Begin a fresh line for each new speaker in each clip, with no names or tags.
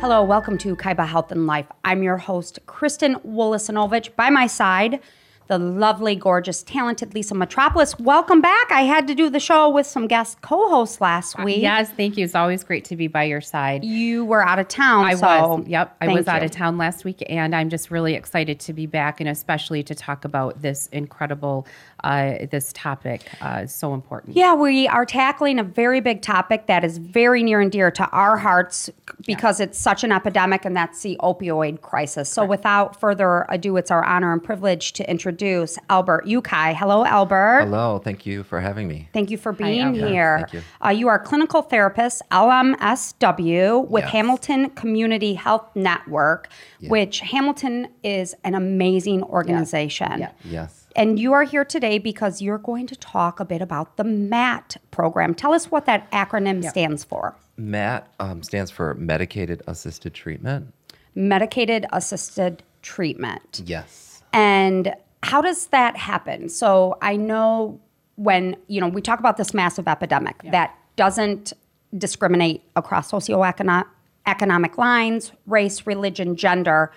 Hello, welcome to Kaiba Health and Life. I'm your host, Kristen Wolosinovich. By my side, the lovely, gorgeous, talented Lisa Metropolis. Welcome back. I had to do the show with some guest co hosts last week.
Uh, Yes, thank you. It's always great to be by your side.
You were out of town.
I
so
was. Yep. I
thank
was out
you.
of town last week, and I'm just really excited to be back and especially to talk about this incredible, uh, this topic. Uh, is so important.
Yeah, we are tackling a very big topic that is very near and dear to our hearts because it's such an epidemic, and that's the opioid crisis. So, without further ado, it's our honor and privilege to introduce Albert Ukai. Hello, Albert.
Hello, thank you for having me.
Thank you for being
Albert. Yeah,
here.
thank you.
Uh, you are a clinical therapist, LMSW, with
Yes.
Hamilton Community Health Network, which Hamilton is an amazing organization.
Yeah.
Yes.
And you are here today because you're going to talk a bit about the MAT program. Tell us what that acronym stands for
MAT um, stands for Medicated Assisted Treatment.
Medicated Assisted Treatment.
Yes.
And how does that happen? So I know when, you know, we talk about this massive epidemic that doesn't discriminate across socioeconomic economic lines, race, religion, gender.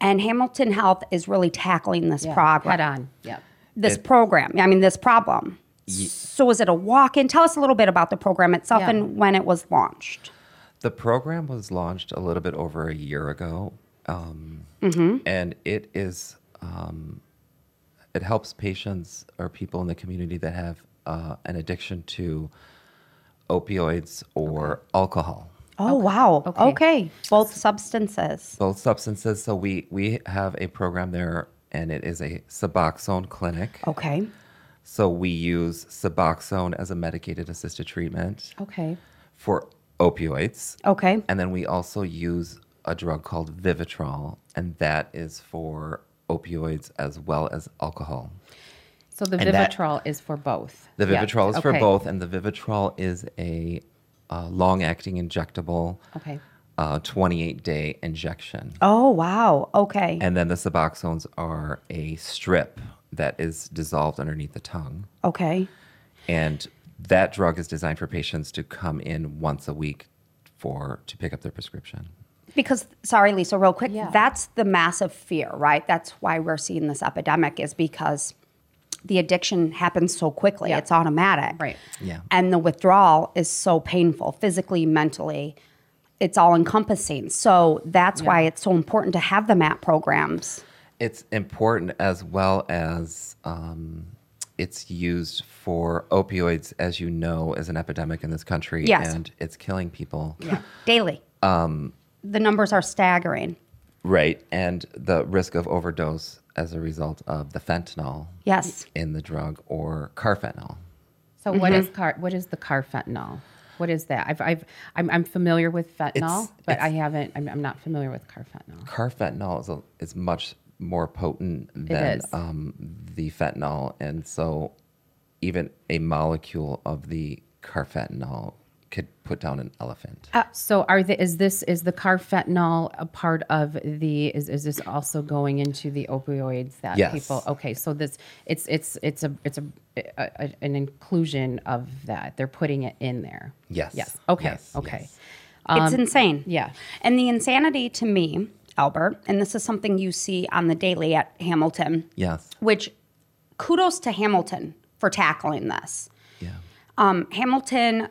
And Hamilton Health is really tackling this problem.
Head on. Yep.
This program. I mean this problem. So is it a walk-in? Tell us a little bit about the program itself
Yeah.
and when it was launched.
The program was launched a little bit over a year ago, um, and it is um, it helps patients or people in the community that have uh, an addiction to opioids or alcohol.
Oh wow.
Okay.
okay. Both substances.
Both substances. So we we have a program there, and it is a Suboxone clinic.
Okay.
So we use Suboxone as a medicated assisted treatment
Okay.
for opioids.
Okay.
And then we also use a drug called Vivitrol, and that is for opioids as well as alcohol.
So the
And that-
Vivitrol is for both.
The
Yeah.
Vivitrol is for
Okay.
both, and the Vivitrol is a uh, long acting injectable,
Okay.
uh, 28 day injection.
Oh wow. Okay.
And then the Suboxones are a strip that is dissolved underneath the tongue.
okay.
and that drug is designed for patients to come in once a week for to pick up their prescription.
Because sorry, Lisa, real quick,
Yeah.
that's the massive fear, right? That's why we're seeing this epidemic is because the addiction happens so quickly.
Yeah.
It's automatic.
Right.
Yeah.
And the withdrawal is so painful, physically, mentally. It's all encompassing. So that's why it's so important to have the MAT programs.
It's important as well as um, it's used for opioids, as you know, is an epidemic in this country,
Yes.
and it's killing people.
Daily. Um, the numbers are staggering.
Right, and the risk of overdose as a result of the fentanyl
Yes.
in the drug or carfentanil.
So what is car? What is the carfentanil? What is that? I've, I've I'm, I'm familiar with fentanyl,
It's-
but
it's-
I haven't. I'm, I'm not familiar with carfentanil.
carfentanil is, a, is much more potent than
is.
um, the fentanyl. And so, even a molecule of the carfentanil could put down an elephant.
Uh, So are the is this is the carfentanil a part of the is is this also going into the opioids that
Yes.
people okay so this it's it's it's a it's a, a, a- an inclusion of that they're putting it in there
Yes.
yes okay
Yes,
okay
yes.
it's insane.
Um, yeah.
And the insanity to me, Albert, and this is something you see on the daily at Hamilton.
yes.
which kudos to Hamilton for tackling this.
Yeah.
Um, Hamilton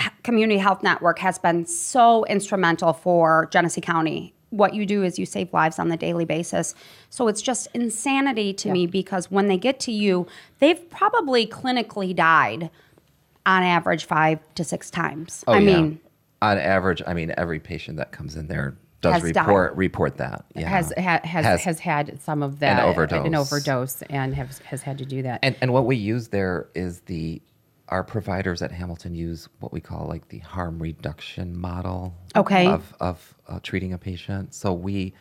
H- Community Health Network has been so instrumental for Genesee County. What you do is you save lives on the daily basis. So it's just insanity to me because when they get to you, they've probably clinically died on average five to six times. I
Oh, yeah.
mean,
on average, I mean, every patient that comes in there does
Has died.
report report that. Yeah.
has, ha, has has
Has-
had some of that an
overdose.
overdose and have has had to do that
And and what we use there is the our providers at Hamilton use what we call like the harm reduction model
Okay.
of of uh, treating a patient. So we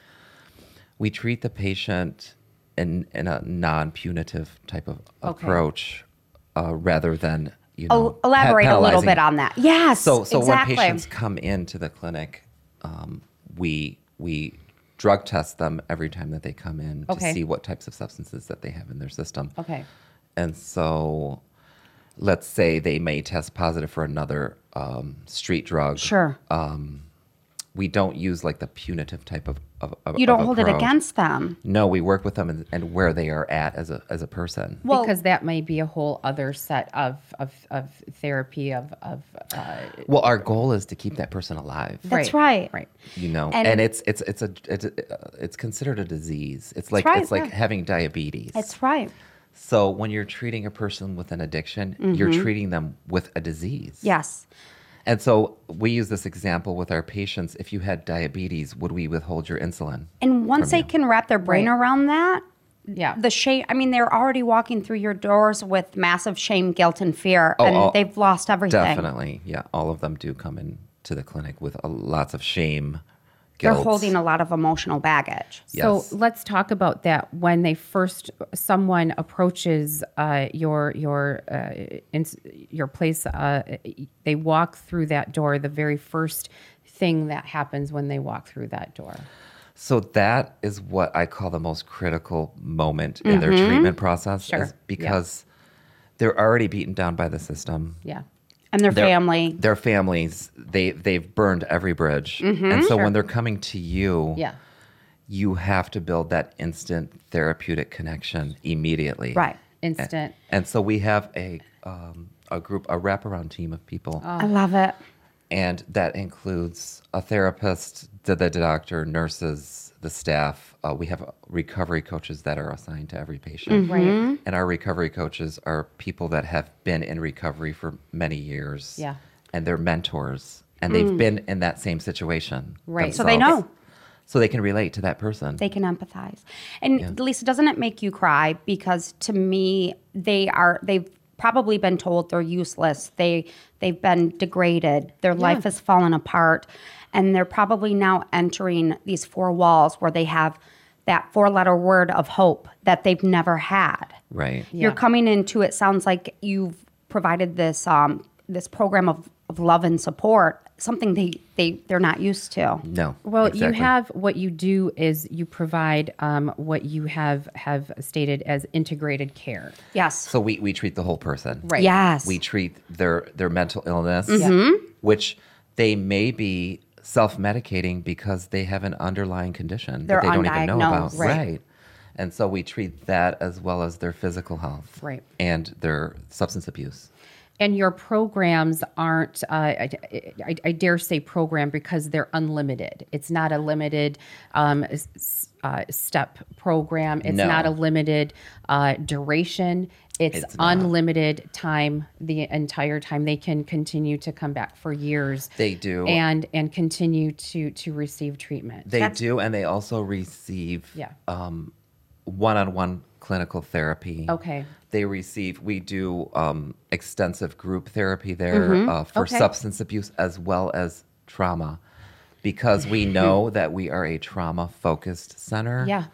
we treat the patient in in a non punitive type of
Okay.
approach uh, rather than you know
el-
pe-
Oh, elaborate a little
penalizing.
bit on that. Yes.
So so
exactly.
when patients come into the clinic, um, we we drug test them every time that they come in
Okay.
to see what types of substances that they have in their system.
okay
And so, let's say they may test positive for another um, street drug.
Sure.
we don't use like the punitive type of, of, of
You don't
of
hold it
approach.
against them.
No, we work with them and, and where they are at as a as a person.
Well,
because that may be a whole other set of of, of therapy of of uh,
Well, our goal is to keep that person alive.
That's right.
right
You know,
And-
and, it's it's it's a it's, a, uh, it's considered a disease. It's like
right,
it's like
yeah.
having diabetes.
That's right.
so when you're treating a person with an addiction, you're
Mm-hmm.
treating them with a disease.
Yes.
And so we use this example with our patients. If you had diabetes, would we withhold your insulin?
And once they can wrap their brain
Right.
around that,
yeah
the shame, I mean, they're already walking through your doors with massive shame, guilt, and fear, and
oh,
they've lost everything.
Definitely, yeah. All of them do come in to the clinic with a, lots of shame.
They're
Guilt.
holding a lot of emotional baggage.
Yes.
So let's talk about that when they first someone approaches uh, your your uh, in, your place. Uh, they walk through that door. The very first thing that happens when they walk through that door.
So that is what I call the most critical moment in their treatment process,
Sure.
is
Yeah.
because they're already beaten down by the system.
Yeah,
And their
Their-
family.
their families, they they've burned every bridge, and so when they're coming to you,
yeah,
you have to build that instant therapeutic connection immediately,
Right.
instant.
And so we have a um, a group, a wraparound team of people,
Oh.
I love it.
and that includes a therapist, the, the doctor, nurses, the staff. Uh, we have recovery coaches that are assigned to every patient,
Mm-hmm. Right.
and our recovery coaches are people that have been in recovery for many years,
Yeah. Mm.
and they're mentors, and they've been in that same situation,
Right. So
they
themselves.
know.
so they can relate to that person.
They can empathize. And Lisa, doesn't it make you cry? Because to me, they are they've probably been told they're useless. They they've been degraded. Their life has fallen apart. And they're probably now entering these four walls where they have that four letter word of hope that they've never had.
right.
You're
Yeah.
coming into it sounds like you've provided this um this program of, of love and support, something they, they they're not used to.
No.
Well,
exactly.
you have what you do is you provide um, what you have have stated as integrated care.
Yes.
So we, we treat the whole person.
Right.
Yes.
We treat their their mental illness,
Mm-hmm.
which they may be self medicating because they have an underlying condition
They're
that they don't even know about.
undiagnosed. Right.
And so we treat that as well as their physical health.
Right.
And their substance abuse.
and your programs aren't uh, I, I, I dare say program because they're unlimited it's not a limited um, s- s- uh, step program it's
No.
not a limited uh, duration it's,
It's not.
unlimited time the entire time they can continue to come back for years
They do.
and and continue to to receive treatment
They do and they also receive
Yeah.
um one on one clinical therapy.
Okay.
They receive, we do um, extensive group therapy there uh, for
Mm-hmm. Okay.
substance abuse as well as trauma because we know that we are a trauma focused center.
Yeah. Mm-hmm.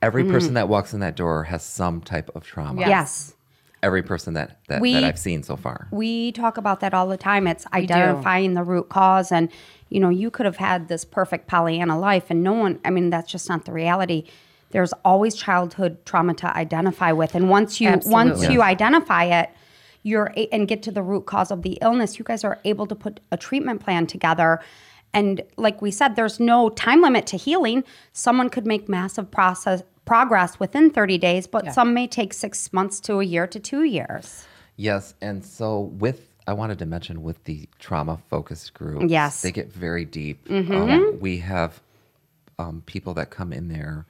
Every person that walks in that door has some type of trauma.
Yeah.
Yes.
Every person that, that,
We-
that I've seen so far.
We talk about that all the time. It's identifying the root cause. And, you know, you could have had this perfect Pollyanna life, and no one, I mean, that's just not the reality. There's always childhood trauma to identify with. And once you, once
Absolutely.
you identify it, you're a- and get to the root cause of the illness, you guys are able to put a treatment plan together. And like we said, there's no time limit to healing. Someone could make massive process progress within 30 days, but some may take six months to a year to two years.
Yes, and so with I wanted to mention with the trauma focused groups,
Yes. Mm-hmm.
they get very deep. Um, we have um, people that come in there,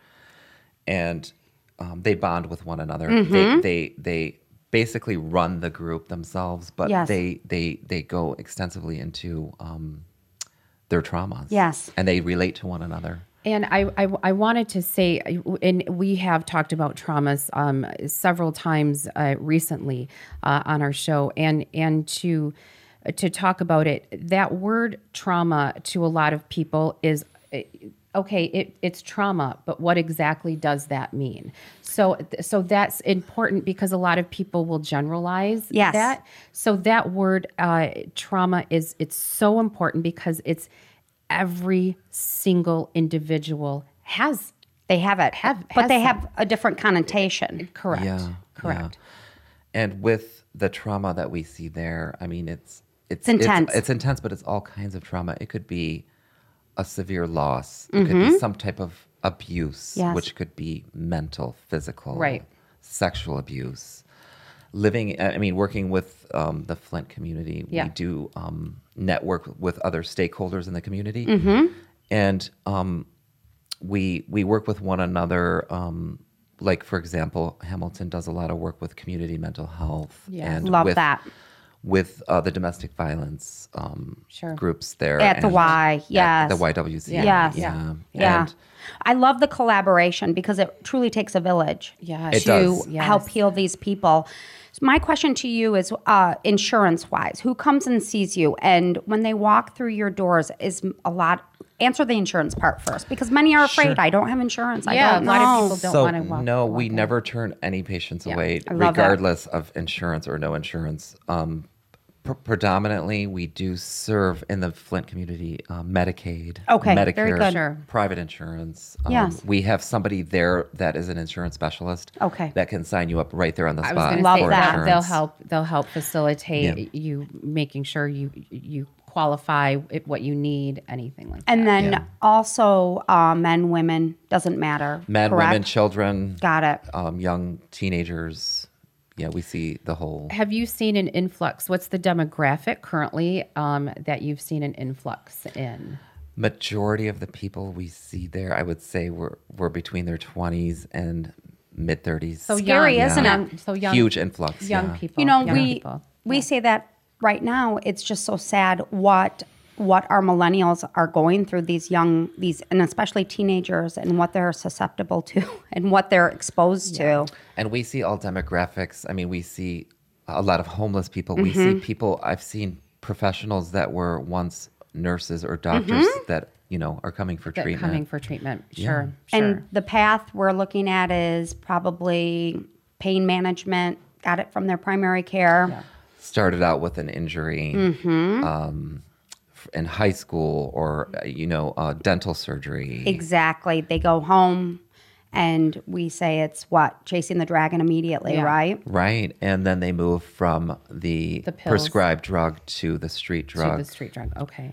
and um, they bond with one another.
Mm-hmm.
They, they they basically run the group themselves, but
Yes.
they they they go extensively into um, their traumas.
Yes.
and they relate to one another.
And I, I, I wanted to say, and we have talked about traumas um, several times uh, recently uh, on our show, and and to to talk about it, that word trauma to a lot of people is eh, okay. It, it's trauma, but what exactly does that mean? So so that's important because a lot of people will generalize
Yes.
that. So that word uh, trauma is it's so important because it's every single individual has
They have it.
Have-
but
has
they
some.
have a different connotation.
correct
Yeah,
correct.
yeah. And with the trauma that we see there, I mean, it's it's,
intense.
It's, intense, but it's all kinds of trauma. It could be a severe loss. It could
Mm-hmm.
be some type of abuse,
Yes.
which could be mental, physical,
Right.
sexual abuse. Living, I mean, working with um, the Flint community,
Yeah.
we do um, network with other stakeholders in the community,
Mm-hmm.
and um, we we work with one another. Um, like for example, Hamilton does a lot of work with community mental health
Yeah.
and
Love
with,
that.
with uh, the domestic violence um,
Sure.
groups there
At the
and-
Y,
at the
yes.
YWCA.
Yes.
Yeah.
Yeah.
And
I love the collaboration because it truly takes a village
Yes.
to
It does.
Yes.
help heal these people. So my question to you is uh, insurance wise, who comes and sees you? And when they walk through your doors, is a lot. Answer the insurance part first because many are afraid. I don't have insurance. I
Yeah,
don't
a lot of
know."
people don't
so,
want to walk.
no,
walk
we
in.
never turn any patients away,
I love that.
regardless of insurance or no insurance. Um, pr- predominantly, we do serve in the Flint community uh, Medicaid,
Okay, very
Medicare,
good.
Sure.
private insurance. Um,
Yes.
We have somebody there that is an insurance specialist
Okay.
that can sign you up right there on the
I was
spot.
going to
Love
say
for
that they'll
insurance.
help. They'll help facilitate
Yeah.
you making sure you you qualify it- what you need, anything like
And
that.
then
Yeah.
also uh, men, women doesn't matter.
Men,
correct?
women, children,
Got it.
um, young teenagers. Yeah, we see the whole.
Have you seen an influx? What's the demographic currently um, that you've seen an influx in?
majority of the people we see there, I would say, were were between their twenties and mid thirties.
So
Scary,
young,
isn't
young,
it?
So young,
huge influx.
young
yeah.
people.
You know,
young
we
people.
we say that right now. It's just so sad what what our millennials are going through. These young these and especially teenagers and what they're susceptible to and what they're exposed to.
and we see all demographics. I mean, we see a lot of homeless people. We
Mm-hmm.
see people. I've seen professionals that were once nurses or doctors that you know are coming for
Mm-hmm. that
treatment.
coming for treatment. Sure, sure.
And the path we're looking at is probably pain management. Got it from their primary care.
started out with an injury
Mm-hmm.
um, f- in high school or uh, you know uh, dental surgery.
Exactly. They go home, and we say it's what chasing the dragon immediately,
Yeah.
right?
Right. And then they move from the,
The pills.
prescribed drug to the street
to
drug
the
to,
street drug. Okay.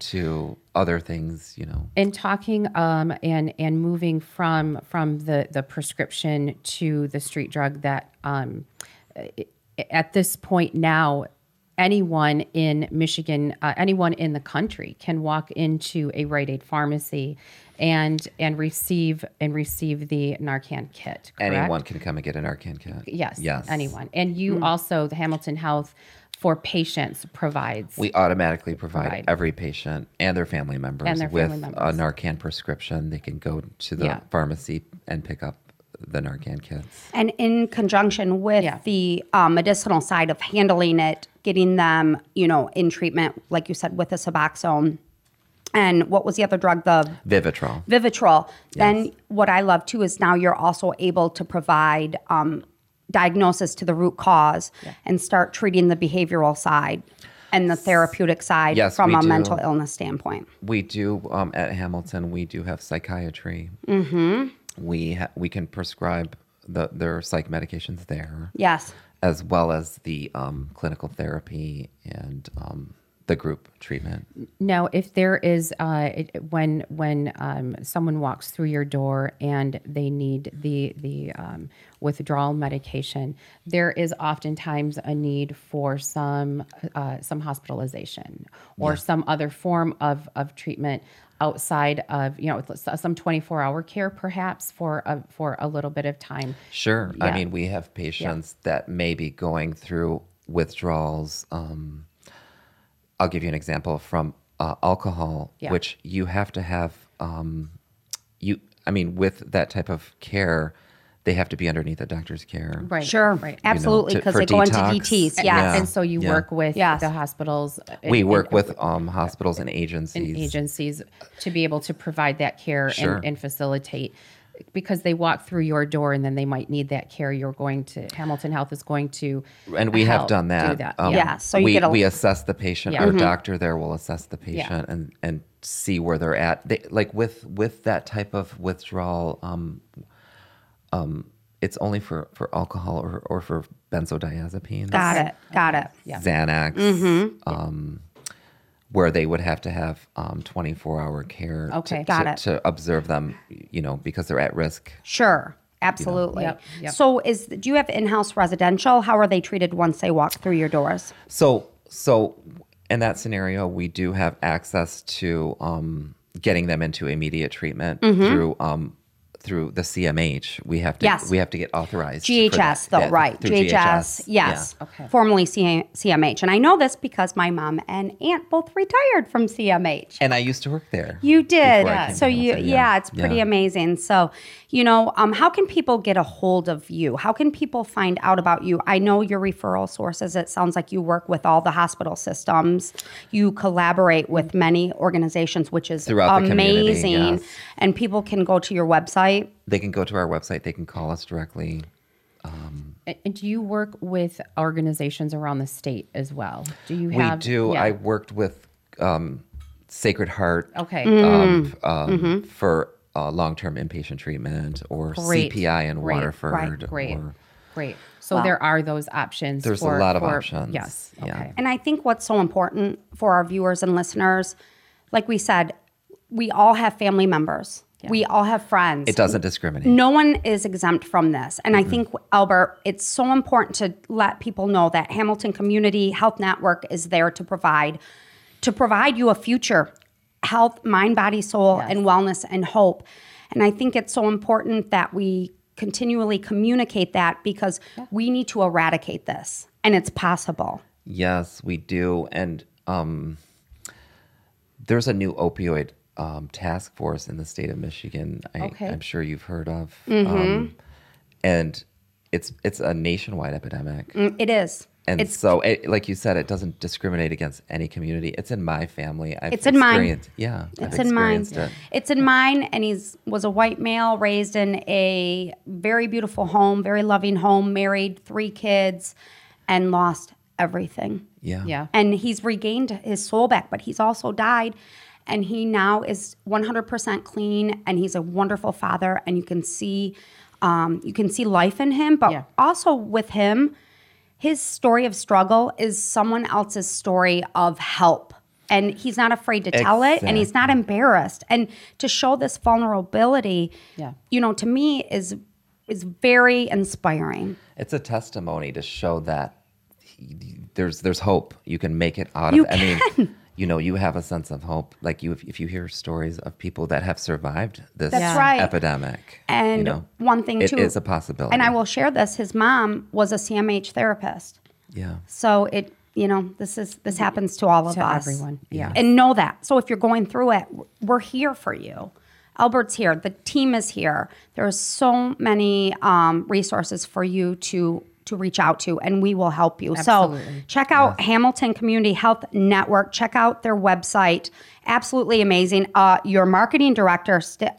other things, you know.
in talking um, and and moving from from the the prescription to the street drug that um, i- at this point now anyone in Michigan uh, anyone in the country can walk into a Rite Aid pharmacy and and receive and receive the Narcan kit correct?
Anyone can come and get an Arcan cat.
yes
Yes.
anyone and you also the Hamilton Health for patients provides
We automatically provide
Provide.
every patient and their family members
And their
with
family
a
members.
Narcan prescription. They can go to the
Yeah.
pharmacy and pick up the Narcan kits.
And in conjunction with
Yeah.
the uh, medicinal side of handling it, getting them, you know, in treatment, like you said, with a Suboxone. And what was the other drug? The
Vivitrol.
Vivitrol. Then what I love too is now you're also able to provide um, diagnosis to the root cause and start treating the behavioral side and the therapeutic side
Yes,
from
we
a
do.
mental illness standpoint.
We do um, at Hamilton. We do have psychiatry. Mm-hmm. We ha- we can prescribe the their psych medications there.
Yes.
as well as the um, clinical therapy and um, the group treatment.
Now, if there is uh, it, when when um, someone walks through your door and they need the the um, withdrawal medication, there is oftentimes a need for some uh, some hospitalization or some other form of of treatment outside of you know with some 24 hour care perhaps for a, for a little bit of time.
Sure. I
Yeah.
mean, we have patients that may be going through withdrawals. Um, I'll give you an example from uh, alcohol,
Yeah.
which you have to have. Um, you, I mean, with that type of care, they have to be underneath a doctor's care.
Right.
Sure.
Right.
Absolutely.
to-
Because
for
they go into
detox.
DTs. Yes.
Yeah.
And so you
Yeah.
work with
Yes.
the hospitals. uh,
We
and-
work
and-
with um, hospitals and
and
agencies.
agencies to be able to provide that care
Sure.
and, and facilitate because they walk through your door and then they might need that care you're going to hamilton health is going to
and we have
help
done that.
do that.
Um,
yeah.
Yeah, so you
we,
get a-
we assess the patient.
Yeah.
Our
Mhm.
doctor there will assess the patient and and see where they're at. They, like with with that type of withdrawal, um, um, it's only for for alcohol or or for benzodiazepines,
Got it. Got it.
Yeah.
Xanax. Um, where they would have to have um, 24-hour care to-
Okay.
to,
Got it.
to observe them, you know, because they're at risk.
Sure. Absolutely.
Yep, yep.
So, is do you have in-house residential? How are they treated once they walk through your doors?
So, so in that scenario, we do have access to um, getting them into immediate treatment
Mm-hmm.
through um, through the CMH. We have to
Yes.
we have to get authorized. for
GHS,
that.
though,
Yeah,
right?
through
GHS, yes.
Yeah.
Okay.
Formerly C- CMH, and I know this because my mom and aunt both retired from CMH.
And I used to work there.
You did.
before I came
So
down,
you,
so
yeah.
yeah.
it's pretty
Yeah.
amazing. So, you know, um, how can people get a hold of you? How can people find out about you? I know your referral sources. It sounds like you work with all the hospital systems. You collaborate with many organizations, which is
Throughout the community,
amazing.
yes.
And people can go to your website.
They can go to our website. They can call us directly.
And and do you work with organizations around the state as well? Do you
we
have?
do.
yeah. Oh.
I worked with um, Sacred Heart
Okay.
um,
Mm-hmm.
f- um, for uh, long-term inpatient treatment or
Great.
CPI in
Great. Right.
Waterford.
Great.
Or,
Great. So there are those options.
There's a
for-
lot of
for-
options.
Yes.
Yeah.
Okay.
And I think what's so important for our viewers and listeners, like we said, we all have family members. We all have friends.
it doesn't discriminate.
no one is exempt from this. And I think, Albert, it's so important to let people know that Hamilton Community Health Network is there to provide to provide you a future health, mind, body, soul, and wellness and hope. And I think it's so important that we continually communicate that because we need to eradicate this. And it's possible.
Yes, we do. And um, there's a new opioid um, task force in the state of Michigan. I,
Okay.
I'm sure you've heard of.
Mm-hmm.
Um, and it's it's a nationwide epidemic.
It is.
And
Mm. it's
so, it, like you said, it doesn't discriminate against any community. It's in my family. I've
It's in mine.
experienced- Yeah,
It's
I've
in mine.
experienced it.
It's in mine, and he's was a white male raised in a very beautiful home, very loving home, married, three kids, and lost everything.
Yeah,
Yeah.
And he's regained his soul back, but he's also died, and he now is 100% clean, and he's a wonderful father, and you can see, um, you can see life in him, but
Yeah.
also with him, his story of struggle is someone else's story of help. And he's not afraid to tell it and he's not embarrassed. And to show this vulnerability,
Yeah.
you know, to me is is very inspiring.
It's a testimony to show that he- there's there's hope. You can make it out
You
of. I mean, you know, you have a sense of hope. Like you, if, if you hear stories of people that have survived this
That's Yeah. right.
epidemic,
And
you know,
one thing
it
too
is a possibility.
And I will share this, his mom was a CMH therapist.
Yeah.
So it, you know, this is this happens to all of
To
us.
everyone, yeah.
And know that. So if you're going through it, we're here for you. Albert's here. The team is here. There are so many um, resources for you to to reach out to, and we will help you. So
Absolutely.
check out Hamilton Community Health Network. Check out their website. Absolutely amazing. Uh, your marketing director. St-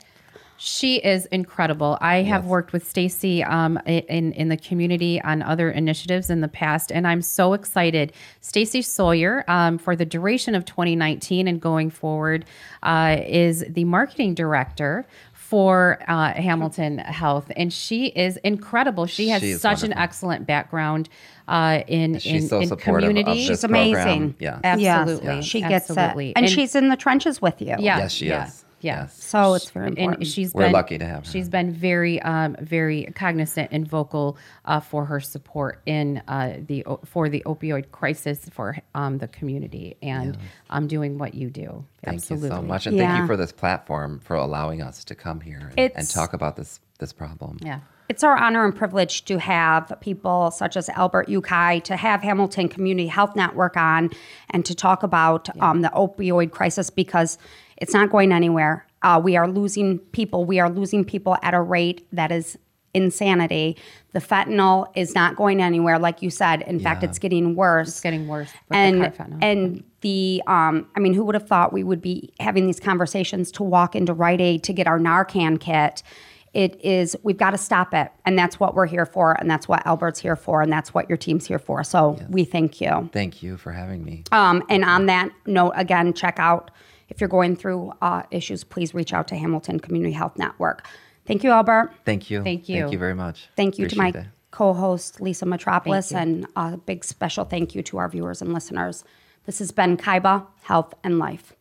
She is incredible. I have worked with Stacy um, i- in in the community on other initiatives in the past, and I'm so excited. Stacy Sawyer, um, for the duration of 2019 and going forward, uh, is the marketing director for uh, Hamilton Health, and she is incredible. She has
She is
such an
wonderful.
excellent background uh, in
She's
in,
so
in
supportive
community.
of this
She's amazing.
program. Yeah.
Absolutely,
Yes, she gets
absolutely.
it, and, she's in the trenches with you.
yeah,
Yes, she
yeah,
is.
Yeah.
Yes.
So it's very important.
and she's
We're
been-
lucky to have her.
She's been very, um, very cognizant and vocal uh, for her support in uh, the o- for the opioid crisis for um, the community, and um, doing what you do.
Thank
Absolutely.
you so much, and thank
Yeah.
you for this platform for allowing us to come here and,
It's-
and talk about this this problem.
Yeah.
It's our honor and privilege to have people such as Albert Ukai, to have Hamilton Community Health Network on, and to talk about um, the opioid crisis because it's not going anywhere. Uh, we are losing people. We are losing people at a rate that is insanity. The fentanyl is not going anywhere, like you said. In fact,
Yeah.
it's getting worse.
It's getting worse. With
and
the carfentanil.
and the um, I mean, who would have thought we would be having these conversations to walk into Rite Aid to get our Narcan kit? It is we've got to stop it, and that's what we're here for, and that's what Albert's here for, and that's what your team's here for. So we thank you.
Thank you for having me.
Um, and on that note, again, check out if you're going through uh, issues, please reach out to Hamilton Community Health Network. Thank you, Albert.
Thank you.
Thank you.
Thank you very much.
Thank you
Appreciate
to my
it.
co host, Lisa Metropolis, and a big special thank you to our viewers and listeners. This has been Kaiba Health and Life.